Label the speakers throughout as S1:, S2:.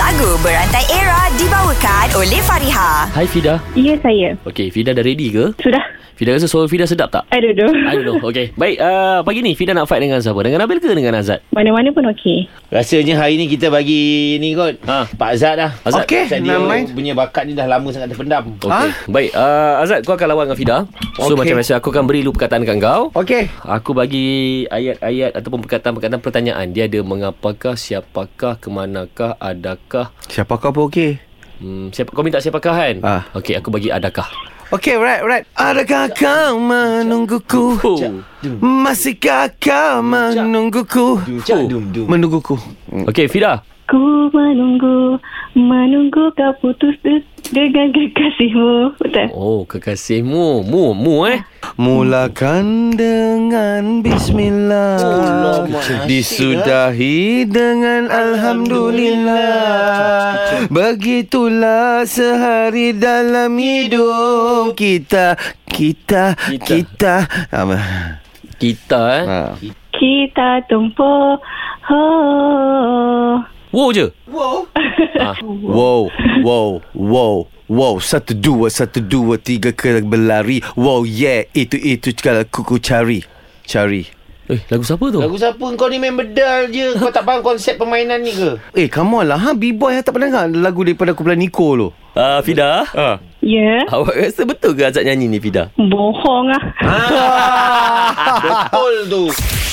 S1: Lagu Berantai Era dibawakan oleh Fariha.
S2: Hai Fida.
S3: Ya, saya.
S2: Okey, Fida dah ready ke?
S3: Sudah.
S2: Fida rasa suara Fida sedap tak?
S3: I don't know.
S2: I don't know. Okey. Baik, uh, pagi ni Fida nak fight dengan siapa? Dengan Nabil ke dengan Azad?
S3: Mana-mana pun okey.
S4: Rasanya hari ni kita bagi ni kot.
S2: Ha.
S4: Ha. Pak Azad dah.
S2: Azad.
S5: Okey,
S4: Pasal dia
S5: never mind. Ah.
S4: punya bakat ni dah lama sangat terpendam.
S2: Okey. Ha? Baik, uh, Azad kau akan lawan dengan Fida. So
S5: Okey.
S2: macam biasa aku akan beri lu perkataan kat kau.
S5: Okey.
S2: Aku bagi ayat-ayat ataupun perkataan-perkataan pertanyaan. Dia ada mengapakah, siapakah, kemanakah, adakah.
S5: Siapa kau pun okey.
S2: Hmm, siapa kau minta siapakah kan?
S5: Ah.
S2: Okey, aku bagi adakah.
S5: Okey, right, right. Adakah kau menungguku?
S2: Oh.
S5: Masihkah kau menungguku?
S4: Dum, cak, dum, dum.
S5: Menungguku.
S2: Okey, Fida.
S3: Ku menunggu, menunggu kau putus de- dengan kekasihmu. Betul?
S2: Oh, kekasihmu. Mu, mu eh.
S5: Mulakan dengan bismillah Disudahi dengan alhamdulillah Begitulah sehari dalam hidup kita Kita Kita, kita.
S2: Kita eh. Ha.
S5: Ha.
S3: Kita tumpu. Ho.
S2: Wow je.
S5: Wow, wow, wow, wow. Satu, dua, satu, dua, tiga, kena berlari. Wow, yeah. Itu, itu kalau kuku cari. Cari.
S2: Eh, lagu siapa tu?
S4: Lagu siapa kau ni main bedal je Kau tak faham konsep permainan ni ke
S5: Eh, come on lah. Ha, B-boy tak pernah dengar lagu daripada kumpulan Nico tu.
S2: Ah, Fida. Ah.
S3: Ya.
S2: Awak rasa betul ke Azad nyanyi ni Fida?
S3: Bohong ah.
S4: Betul tu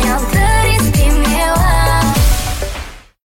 S6: yang